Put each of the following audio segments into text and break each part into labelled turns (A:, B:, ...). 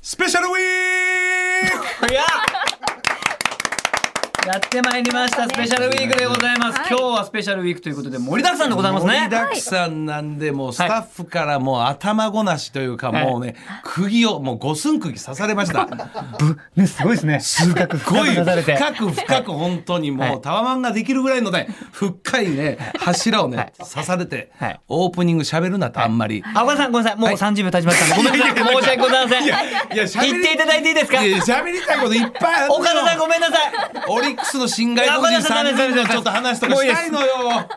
A: スペシャ ルウィーク
B: いややってまいりましたスペシャルウィークでございます、
C: はい
B: 今日はスペシャルウィークということで盛りだくさんでございますね
A: 盛りだくさんなんで、もうスタッフからもう頭ごなしというか、
B: はい
A: もうね、釘を、もう五寸釘刺されました。
B: ぶねすごいですねす ご
A: すごい深く深く本当にもうタワマンができるぐらいのね深いね柱をね刺されて
B: はい
A: オープニング喋るなとあんま り。
B: あ、岡田さんごめんなさい。もう30秒経ちましたんで、ごめんなさい。申し訳ございません。
A: いや喋り
B: 言っていただいていいですか
A: いや喋りたいこといっぱいあるのよ
B: 岡田さんごめんなさい。
A: オリックスの新外国人3人のちょっと話とかしたいのよ。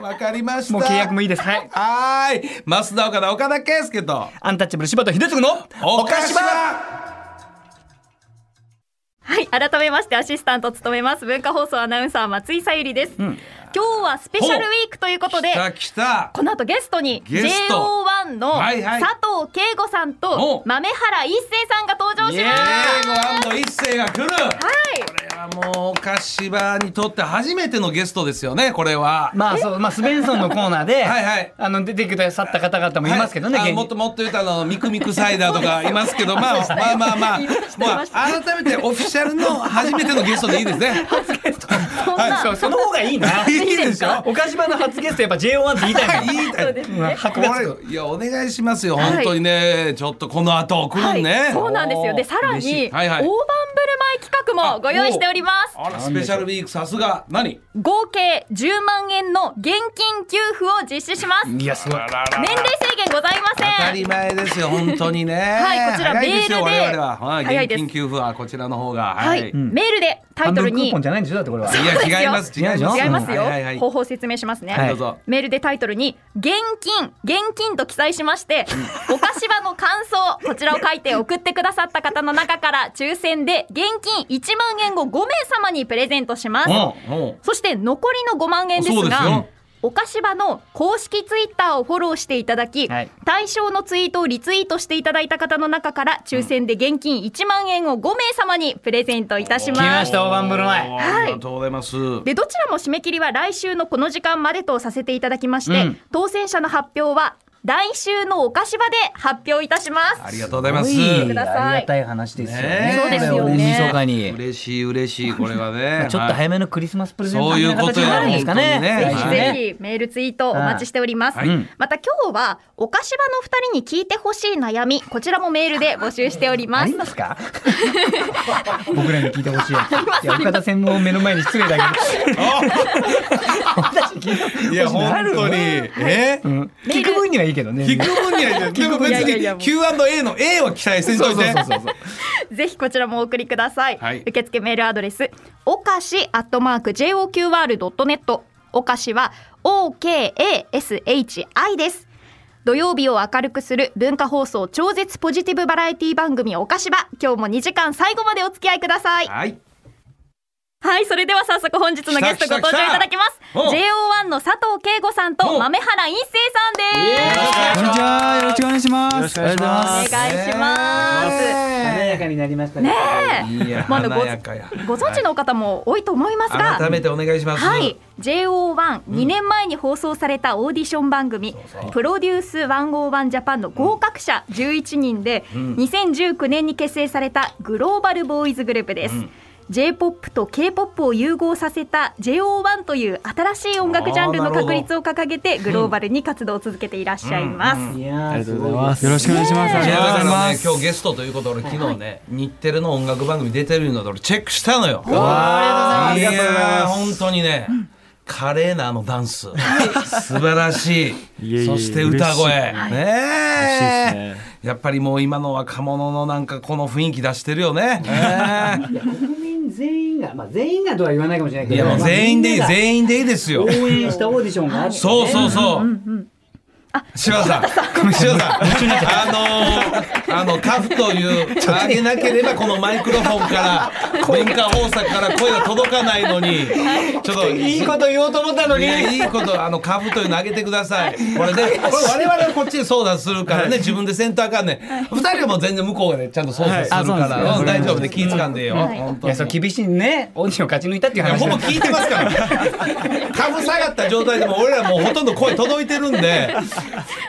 A: わかりました。
B: もう契約もいいです。はい。
A: はーい。増田岡田岡田圭介と
B: アンタッチャブル柴田秀嗣の
A: 岡島
C: はい、改めましてアシスタントを務めます文化放送アナウンサー松井さゆりです、今日はスペシャルウィークということで
A: 来た来た。
C: この後ゲストに
A: ゲスト
C: JO1 の佐
A: はい
C: 藤
A: はい
C: 圭吾さん
A: お
C: と豆原一成さんが登場します
A: 英語一世が来る。
C: はい
A: これはもう岡島にとって初めてのゲストですよね。これは。
B: まあそう、まあスベンソンのコーナーで、
A: はいはい
B: あの出てくださった方々もいますけどね、
A: はいあ
B: 現に
A: もっともっと言うとあのミクミクサイダーとかいますけど、まあまあまあまあ、まあ改めてオフィシャルの初めてのゲストでいいですね。
C: そんな、
B: そう、その方がいいな。
A: いいでしょ。
B: 岡島の初ゲストやっぱ J1 って言いたいもん。
A: いい
C: そうですね
B: 白がつく。
A: いやお願いしますよ
C: はい
A: 本当にねちょっとこの後来るんね、
C: はい、そうなんですよでさら
A: 嬉し
C: に、
A: いはいはい
C: 大盤振る舞い企画もご用意しております
A: あらスペシャルウィークさすが何
C: 合計10万円の現金給付を実施します
B: いや、すごい。
C: 年齢制限ございま
A: 当た
C: せん
A: り前ですよ本当にね
C: はいこちら
A: 早いですよ
C: メールで
A: 我々は、はい、
C: 早い
A: 現
C: です
A: 金給付はこちらの方が
C: は
A: はい、
C: い、
A: い
C: メールでタ
B: 半
C: イトル
B: 分ク
C: に
B: ーポンじゃないんですよ、だってこれは。
A: や違います
B: そうですよ
C: 違いますよ、
A: うんはいはいは
C: 方
A: い
C: 法説明しますね、
B: はい
A: どうぞ
C: メールでタイトルに「現金」「現金」と記載しましてお菓子場の感想こちらを書いて送ってくださった方の中から抽選で現金1万円を5名様にプレゼントします
A: うんうん
C: そして残りの5万円です
A: そうです
C: が
A: よ
C: お菓子場の公式ツイッターをフォローしていただき、
B: はい
C: 対象のツイートをリツイートしていただいた方の中から抽選で現金1万円を5名様にプレゼントいたし
B: 来
C: ま
B: まし
C: す
B: た。大盤振る舞い
A: おーありがとうございます、
C: でどちらも締め切りは来週のこの時間までとさせていただきまして、
B: うん
C: 当選者の発表は来週のお菓子場で発表いたします。
A: ありがとうございます
B: あ
C: く
B: り
C: ださい
B: がたい話ですよ
A: ね
B: ね。
A: えそうですよ
C: ね
B: これ大晦日に。
A: 嬉しい嬉しいこれは ね
B: ちょっと早めのクリスマスプレゼント
A: そういうこと
B: みたいな形になるんですかね。
A: よ
C: ぜ
A: 本当にね
B: 来
C: ひ
B: 週ね
C: ぜひメールツイートお待ちしております。
A: はい
B: うん
C: また今日はお菓子場の二人に聞いてほしい悩みこちらもメールで募集しておりま
B: あ
C: す
B: り。ますか僕らに聞いてほしいやついや岡田専門を目の前に失礼だけど私聞いてほし
A: いや本当にえ
B: うん聞く分にはいいけどね
A: 聞く分にはいいけどでも別
C: いやいやいや
A: に Q&A の A は期待せんといて
B: そうそうそうそう
C: ぜひこちらもお送りください。
A: はい
C: 受付メールアドレス、おかしアットマーク JOQR.net。おかしは OKASHI です。土曜日を明るくする文化放送超絶ポジティブバラエティ番組おかしば。今日も2時間最後までお付き合いください。
A: はい
C: はい、それでは早速本日のゲストご登場いただきます。
A: 来た来た来
C: JO1 の佐藤圭吾さんと
A: うん
C: 豆原一成さんです。
D: こんにちは、よろしくお願いします。
A: よろしくお願いします
C: お願いします
B: 華
A: ね
B: やかになりましたね
A: えいや
C: まああのご
A: 華やかや
C: ご存知の方も多いと思いますが、
A: 改めてお願いします
C: はい、JO1、2年前に放送されたオーディション番組、プロデュース101ジャパンの合格者11人で、2019年に結成されたグローバルボーイズグループです。J-POP と K-POP を融合させた JO1 という新しい音楽ジャンルの確立を掲げてグローバルに活動を続けていらっしゃいます。
B: いやーすごい
D: よろしくお願いします。あ
A: い
D: りが
A: や
D: と
A: だ
D: うご
A: か
D: ざ
A: ら
D: いま
A: ね
D: す。
A: 今日ゲストということで昨日ね日テレの音楽番組出てるので俺チェックしたのよ
B: わーありがとうございます
A: やー本当にね華麗なあのダンス素晴らし
D: いえい
A: い
D: え
A: そして歌声
D: 嬉嬉しいです
A: ねえ
D: ね
A: やっぱりもう今の若者のなんかこの雰囲気出してるよねね
B: 国民全員がまあ全員がとは言わないかもしれない
A: え
B: け
A: い
B: ど
A: やもう
B: まあ
A: 全員でいい
B: みんなが
A: 全員でいいですよ
B: 応援したオーディションがあってね
A: そうそうそう。柴田さん、柴田さん、あのー、あのタフというあげなければこのマイクロフォンから文化放送から声が届かないのに、ちょっと
B: いいこと言おうと思ったの
A: い
B: に
A: やいいことあの株というのあげてください。これね、これ我々はこっちで相談するからね、自分でセンターかんね。二人はもう全然向こうがねちゃんと操作するか
D: はいあ
A: ら、
D: そううんな
A: 大
D: んですね
A: 丈夫で気ぃつかんでよ。
C: はい
A: 本当
B: い
A: に
B: やそう厳しいねオーディションを勝ち抜いたっていう
A: いやほ
B: 話
A: ぼ聞いてますから株下がった状態でも俺らもうほとんど声届いてるんで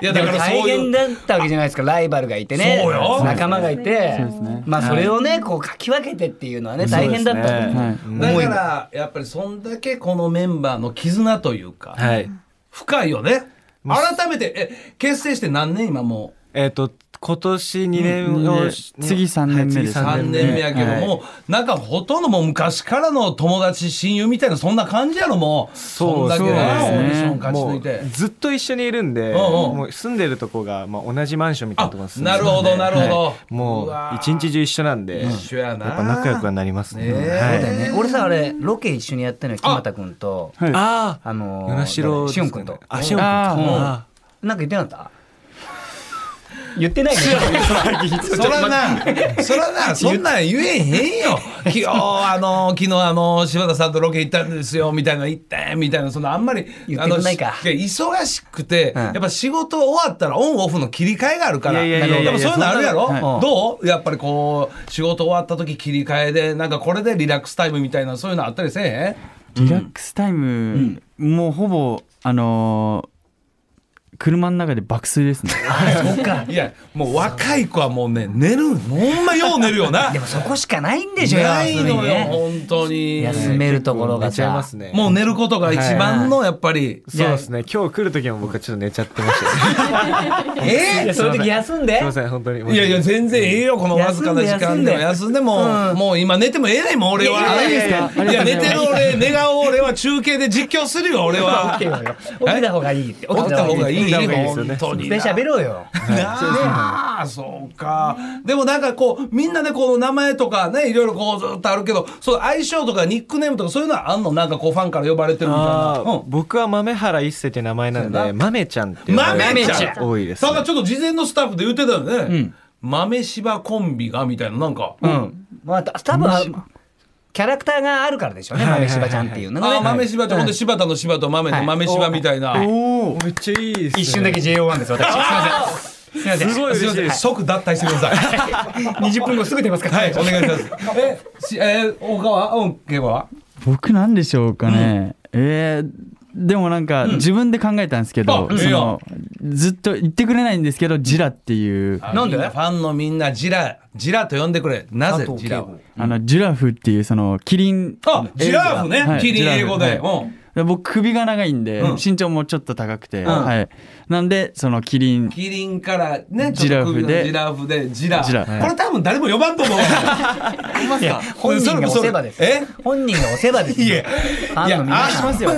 A: いやだ
B: で
A: から
B: も大
A: そうい
B: 変
A: う
B: だったわけじゃないですかライバルがいてね
A: そうよそうよ
E: 仲間がいて
D: そうですね
E: まあそれをねこうかき分けてっていうのはね大変だったと思う
D: はい
A: だからやっぱりそんだけこのメンバーの絆というか、
F: はい。
A: 深いよね改めてえ結成して何年今も
F: えっ、と、今年2年
D: うん
F: を、
D: ね次三年目です
A: う3年目やけども、なんかほとんどもう昔からの友達親友みたいなそんな感じやろもう
F: そ
A: ん
F: う
A: だけ
F: そう
A: な
F: で
A: オ
F: す
A: ーディシ
F: ね
A: ョン勝ち抜いて
F: もうずっと一緒にいるんで、
A: んうん
F: もう住んでるとこが、まあ、同じマンションみたいな
A: あ
F: ところに住んで
A: なる
F: んで
A: ほどなるほど、
F: も
A: う
F: う
A: わ
F: 一日中一緒なんで、やっ
A: 一緒やな
F: ぱ仲良くはなりますね。
A: ねえ
F: は
A: そ
F: い
A: うだよ
E: ね俺さあれロケ一緒にやったのよ木俣君と
D: はい
F: ああ、
E: あの
F: 与那城
E: しおん君と
F: あ、しおん君と。
D: あー
F: あ
E: なんか言ってなかった言ってないね
A: そらな、 そらな、そんなん言えへんよ。昨日、あの、昨日、あの、柴田さんとロケ行ったんですよ、みたいな、行って、みたいな、その、あんまり、
E: 言って
A: あの、
E: くんないか
A: し忙しくて、
E: ん
A: やっぱ仕事終わったらオンオフの切り替えがあるから、
F: いやいやいやい
A: や
F: や
A: っぱそういうのあるやろ、
F: そんな
E: はい
A: どうやっぱりこう、仕事終わった時切り替えで、なんかこれでリラックスタイムみたいな、そういうのあったりせえへん
D: リラックスタイム、もうほぼ、あのー車の中で爆睡ですね。
A: いや、もう若い子はもうね、寝る、ほんまよう寝るよな
E: で。もそこしかないんでしょ
A: ない
E: 要
A: の
E: するに
A: よ、
E: ね
A: 本当に。
E: 休めるところが
F: 寝ちゃいま
E: さ
F: すね。
A: もう寝ることが一番の、やっぱり。
F: そうですね。今日来る時も僕はちょっと寝ちゃって ました、
A: え
E: いやそういう時休んです
F: いません、本当に。
A: いやいや、全然ええよ、このわずかな時間でも休んでも、もう今寝てもええねん、もう俺は。
E: いやいやい
D: やいや
A: いや、寝てる俺、寝顔俺は中継で実況するよ、俺は。
E: 起きた方がいいって
A: 起きた方がいい、
F: 起きた方がいいですよね
A: 本当に
E: で
A: な。
E: 喋ろうよ
A: なあ、そうか。でもなんかこう、みんなでこう、名前とかね、いろいろこう、ずっとあるけど、そう、相性とかニックネームとかそういうのはあんのなんかこう、ファンから呼ばれてるみたいな
F: あ。ー
A: うん
F: 僕は豆原一世って名前なん
A: そうや
F: で、
A: な
F: 豆ちゃんっていう名前
A: 豆ちゃん
F: が多いです、
A: ただ
F: ね
A: ち。ょっと事前のスタッフで言ってたよね。豆柴コンビがみたいな、なんか。
E: うんまあた多分あキャラクターがあるからでしょうね
F: はいはい
E: 豆
F: はい
E: 柴ちゃんっていうの
A: あ
E: が
A: あ、豆
E: ね
A: 柴って、ほんで柴田の柴と豆の豆柴みたいな。
F: おお、めっちゃいいです、ね。
E: 一瞬だけ JO1 です私すみませんすみません
F: すごい嬉しいです。
A: 即脱退してください。
E: 20分 後 すぐ出ますから
A: はい、お願いします。え、しえー、大川、音慶は。
D: 僕なんでしょうかね、えーでもなんか自分で考えたんですけど、
A: あ
D: そのずっと言ってくれないんですけどジラっていうあ
E: なんで
A: みファンのみんな、ジラ、ジラと呼んでくれ。なぜジラを。
D: のジュラフっていうそのキリン
A: あ、ジラーフね
D: は。い
A: キリン英語
D: ジ
A: で。
D: ラフはい
A: うん
D: で僕首が長いんで、
A: うん
D: 身長もちょっと高くて、
A: ん
D: はいなんでそのキリン
A: キリンからね、
D: ジラーフで
A: ちょっと首のジラーフで、ジラ。
D: ジラ
A: これ多分誰も呼ばん と思う。
E: いや本人が押せばです
A: それえ
E: 本人が押せばです
A: いや、
E: ファンの皆さん
A: いや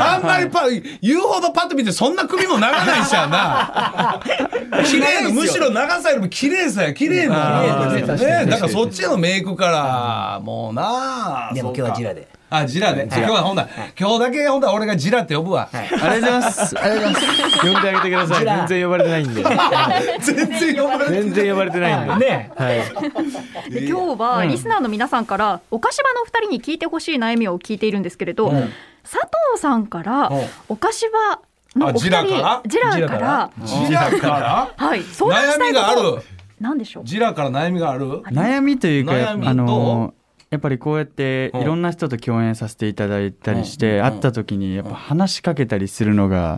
A: ああんまりパ言うほどパッと見てそんな首も長ないしやな 綺麗なむしろ長さよりも綺麗さや綺麗な
E: あー
A: ね
E: 綺麗ですね
A: ねだからそっちへのメイクからもうなあ
E: でも今日はジラで
A: あジラで、今日はほんなら今日だけほんなら俺がジラって呼ぶわ、
E: はい
D: ありがとうございますありがとうございます
F: 呼んであげてくださ
E: ジ
F: い。
E: ラ
F: 全然呼ばれてないんで。
A: 全然呼ばれて
F: 全然呼ばれてないんで。
E: ね
F: はい。
C: で今日はリスナーの皆さんからおかしばのお二人に聞いてほしい悩みを聞いているんですけれど、佐藤さんから
A: うん
C: おかしばのお二人
A: あジラから
C: ジラから
A: ジラから
C: はい相談し
A: 悩
C: たい
A: み
C: こ
A: があ
C: と
A: る
C: なんでしょう
A: ジラから悩みがある
D: 悩みというか
A: 悩み
D: あ
A: ど
D: のやっぱりこうやって
A: うん
D: いろんな人と共演させていただいたりして、会った時にやっぱ話しかけたりするのが、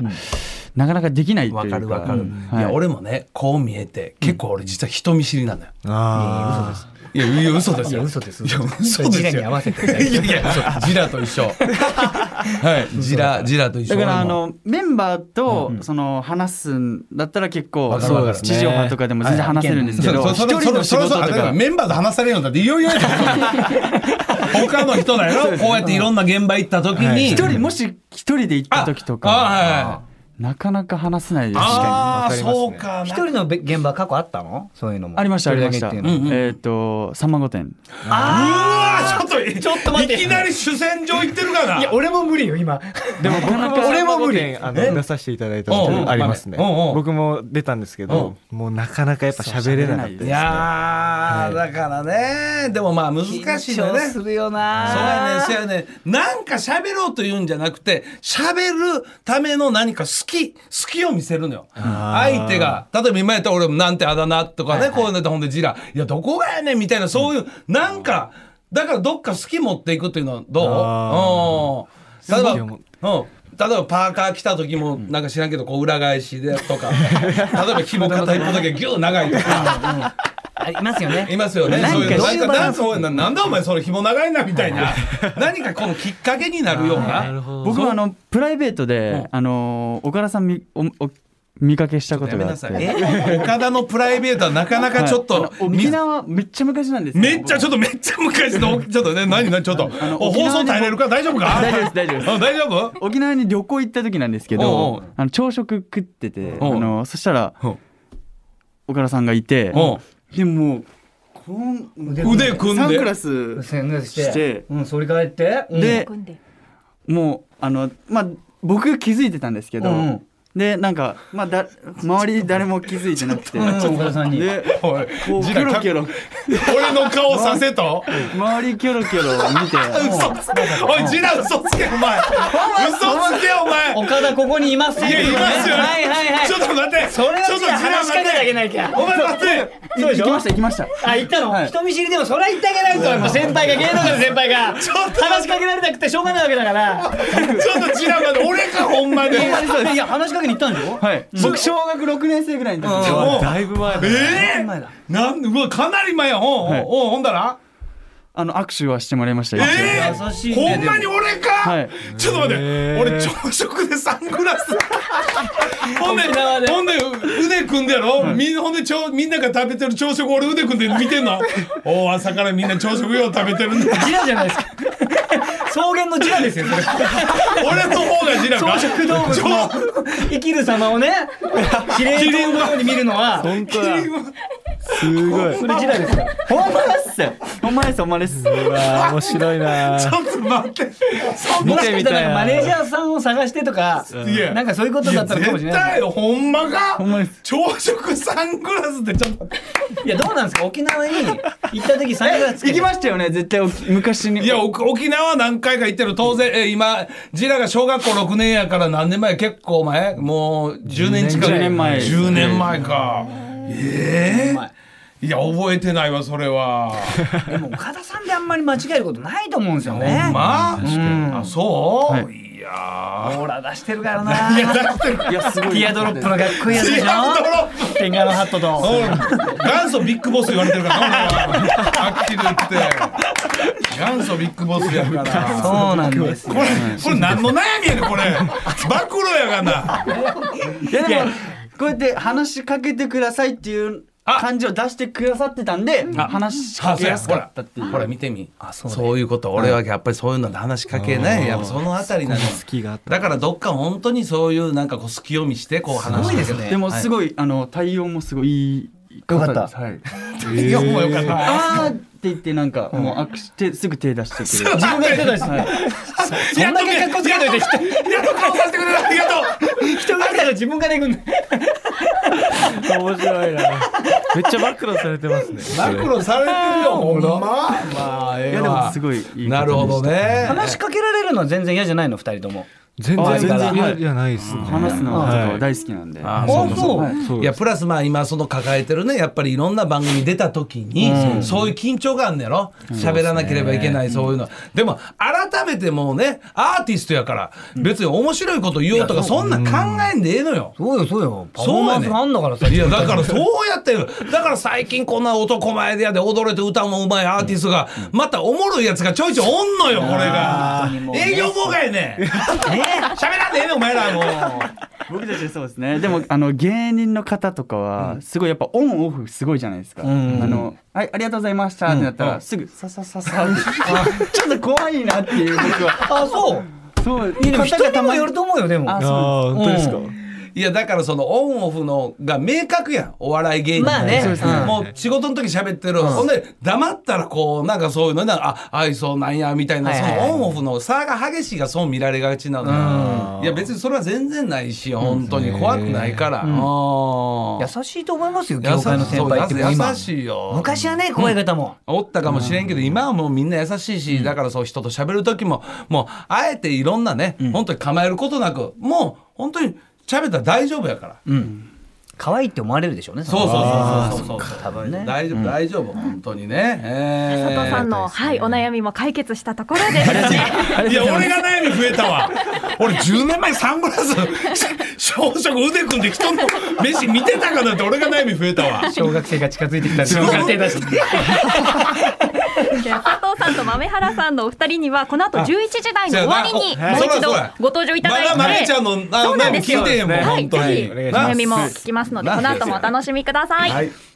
D: なかなかできないと
A: わ
D: いう
A: か
D: か
A: るわかる、
D: はい
A: いや俺もねこう見えて結構俺実は人見知りなのよ
F: あ
A: いや、いや、嘘ですよ。
E: いや嘘です
A: いや、
E: 嘘です
A: 嘘ですよ。
E: ジラに合わせて
A: いやいや、ジラと一緒。はい、ジラ、ジラと一緒。
D: だからあ
A: 俺も、
D: のメンバーとその話すんだったら結構
A: かるわかる
D: 地上波とかでも全然話せるんですけど
A: そう
D: 一
A: それ
D: 人の仕
A: それ
D: 事と
A: それそれ
D: か
A: メンバーと話されるのだっていよいよやで他の人だよ、こうやっていろんな現場行った時
F: はい
A: に
D: 一人もし一人で行った時と
A: あはいはい
D: か
A: はい
D: なかなか話せないですし
A: ああ
F: 確かに
A: そうか
E: 一
A: な
E: 人のべ現場過去あったのそういうのも
D: ありましたありました
E: 一
D: え
E: 人だけっていうの
D: ーっと「さんま御殿」
A: うわちょっとちょっと
E: 待って
A: いきなり主戦場行ってるかない
E: や俺も無理よ今
F: あ。でも僕も
E: 俺も無理
F: ねあの出させていただいたことありますね
A: うんうんうん。
F: 僕も出たんですけど、もうなかなかやっぱ喋れなかったです
A: い
F: ね。
A: やーだからねでもまあ難しいよね
E: 緊張するよ
A: そうやね、
E: なん
A: そうやねん。なんか喋ろうというんじゃなくて、喋るための何か好き、好きを見せるのよ。相手が、例えば今やったら俺もなんてあだ名とかね、こういうのってほんでジラ、いや、どこがやねんみたいな、そういう、なんか、だからどっか好き持っていくっていうのはどううん。例えば、
F: 好きを持
A: うん。例えばパーカー着た時もなんか知らんけどこう裏返しでとか例えば紐片一方だけギュー長いとか
B: ありますよね
A: いますよね
B: なんか
A: そういうの
B: どう
A: ないん
B: う
A: か
B: バラ
A: ダ
B: ン
A: ン
B: ス
A: ス多いななんだお前それ紐長いなみたいな何かこのきっかけになるような
D: 僕はあのプライベートで、あの岡田さんみおお見かけしたこ
A: や
D: と
A: め
D: があ
A: な
D: って
A: さい岡田のプライベートはなかなかちょっと
D: はいあの沖縄めっちゃ昔なんです
A: めっちゃちょ
D: っ
A: っとめっちゃ昔のちょっとね何何ちょっと
D: あの
A: お
D: 沖
A: 放
D: 縄
A: 送
D: に
A: 耐えれるか大丈夫か
D: 大丈夫です大丈夫です
A: あ大丈夫
D: 沖縄に旅行行った時なんですけ
A: おうお
D: ど
A: う
D: あの朝食食っててあ
A: おう
D: のそしたら
A: うん
D: 岡田さんがいて
A: うん
D: でもうこん腕
A: 腕組んで
D: サングラス
B: 宣言して
D: して
B: うん、反り返って、うん
D: で
C: 組んで
D: もうあのまあ僕気づいてたんですけど、
B: うんうん
D: でなんかまあだ周り誰も気づいてなくて
B: うん岡田さんに
D: で
A: おい
D: こうキ
A: 時間
D: ョ
A: か
D: ロキョロ
A: 俺の顔させと
D: 周りキョロキョロ見て
A: 嘘つけおいジラ嘘つけお前嘘つけお前
B: 岡田ここにいます
A: いやいますよ
B: はいはいはい
A: ちょっと待って
B: それは
A: ちょっ
B: じ
A: と
B: ゃあ話しかけてあげ
A: い
B: なきゃ
A: お前待って
B: そうでし
D: 行
B: ょ
D: きました行きました
B: あ言ったの、
D: はい
B: 人見知りでもそれは言ってあげないともう先輩が芸能界の先輩が
A: ちょっと
B: 話しかけられなくてしょうがないわけだから
A: ちょっとジラまで俺かほんまにえ
B: いや話しかけに行ったんでしょ
D: はい僕小学6年生ぐらいの時
A: うん
D: もう
F: だいぶ前だ
A: え
B: 前だ
A: なんうわかなり前やほん
D: はい
A: ほんほんだら
D: あの握手はしてもらいましたよ
A: え
B: 優し
A: ー
B: いね
A: ほんまに俺
D: は
A: か
D: い
A: ちょっと待って俺朝食でサングラ スほんで
B: 沖縄で
A: ほんで腕組んでやろみんなほんでちょみんなが食べてる朝食俺腕組んで見てんの おう朝からみんな朝食よう食べてるんだ
B: ジラじゃないですか草原のジラですよそれ
A: 俺の方がジラか
B: 草食動物の生きる様をね司令塔のように見るのは
F: 本当だすごい
B: それジラですよ
D: ほんまですよほんまですほんまです
F: うわ面白いな
A: ちょっと待ってそん
B: も
A: な
B: しかしたらなんかマネージャーさんを探してとか
A: いや
B: なんかそういうことだったのかもしれな
A: いや絶
B: い
A: 対ほんまか
D: ほんまです
A: 朝食サングラスってちょっと
B: いやどうなんですか沖縄に行った時サングラスつけ
D: 行
B: て
D: きましたよね絶対沖昔に
A: いや、お沖縄何回か行ってる。当然、え、今、ジラが小学校6年やから何年前結構前もう10年近く。
D: 10年前
A: 10年前か。ええいや、覚えてないわ、それ は。
B: でも岡田さんであんまり間違えることないと思うんですよね。
A: まあ、あ、そう、
D: はい
A: い、や
B: オーラ出してるか
A: ー。
B: ら
A: い
B: な。
A: や、だって、
D: いやすごい
B: ティアドロップのかっこいいやつでし
A: ジ
B: ょ
A: ラドロップ。
B: 天下のハットと。
A: 元祖ビッグボス言われてるからな、俺ははっきり言って。元祖ビッグボスやから。
B: そうなんですよ。
A: これ、これ何の悩みやねん、これ。暴露やがな。
D: いやでもこうやって話しかけてくださいっていう感じを出してくださってたんで話しかけやすかったってい
A: あそうやほら
D: う
A: ほら見てみあそう,、いうこと俺はやっぱりそういうので話しかけない、やっぱそのあたりなの
F: きがあっ
A: だからどっか本当にそういうなんかこう隙を見してこう話して
B: すごいですね
D: でもすごいあの対応もすごいいい
B: よかった
D: ですはい
A: いやもうよかった
D: あーって言ってなんかもう握手手すぐ手出してくれる
A: 自分が言ってたし
D: はい
B: そんだけ格好つけとい て人
A: やっと顔させてくれるありがと
B: 人が来たら自分がねくんだ。
F: 面白いなめっちゃ暴露されてますね
A: う暴露されてるよほんままあえ
D: いやでもすごいいい方でした
A: なるほどね
B: 話しかけられるのは全然嫌じゃないの二人とも。
F: 全
D: あ
F: 然
D: 全
F: 全
D: 然
F: 然嫌じゃないですね
D: 話すのとかは大好きなんで
A: あ
B: そう
A: そう
D: はい
F: そう
A: いやプラスまあ今その抱えてるねやっぱりいろんな番組出た時に、そういう緊張があんねやろ喋らなければいけないそういうの、でも改めてもうねアーティストやから別に面白いこと言おうとかそんな考えんでええのよ。
B: そうよそうよ。パフォ
A: そ
B: ー
A: う
B: マ
A: や
B: ン
A: ね
B: スあんだからさ。
A: いやだからそうやってるだから最近こんな男前でやで踊れて歌もうまいアーティストがまたおもろいやつがちょいちょいおんのよこれが営業妨害ね 喋らんでええねんお前らもう。
D: 僕たちそうですねでもあの芸人の方とかはすごいやっぱオンオフすごいじゃないですか、あのはいありがとうございましたってなったら、すぐささささって ちょっと怖いなっていう僕は
B: あそう。
D: そう
B: いやでも人にもよると思うよでも。
D: あ
F: ああ本当ですか
A: いやだからそのオンオフのが明確やんお笑い芸人
B: まあね
A: そうですね
B: うん
A: もう仕事の時喋ってる、ほんで黙ったらこうなんかそういうのなんかあ愛想なんやみたいな、
B: はいはいはい
A: そのオンオフの差が激しいがそう見られがちなの、いや別にそれは全然ないし本当に怖くないから、うん
B: 優しいと思いますよ
A: 優
B: 業
A: し
B: 界の先輩ってもう
A: そう
B: 今
A: 優。しいよ
B: 昔はね声方も。
A: おったかもしれんけど、今はもうみんな優しいし、だからそう人と喋る時ももうあえていろんなね、本当に構えることなくもう本当に喋ったら大丈夫やから。
E: 可愛いって思われるでしょうね。
A: そう
E: の
A: そうそうそうそう
E: 多分ね。
A: 大丈夫大丈夫本当にねえー
C: 佐藤さんの、はい、お悩みも解決したところでです ね。
A: いや俺が悩み増えたわ俺10年前サングラス 小食腕組んで人の飯見てたかなって俺が悩み増えたわ
B: 小学生が近づいてきたら自分から手出して
C: 佐藤さんと豆原さんのお二人にはこの後11時台の終わりに
A: あ
C: もう一度
A: そうやな
C: ご登場いただい
A: ま
C: て、
A: だまめちゃんのあ
C: そうなんですよ
A: 聞いてへんもん
C: はい
A: 本当
C: ぜ
A: に
C: ひお悩みも聞きますので
A: な
C: この後もお楽しみください。
A: はい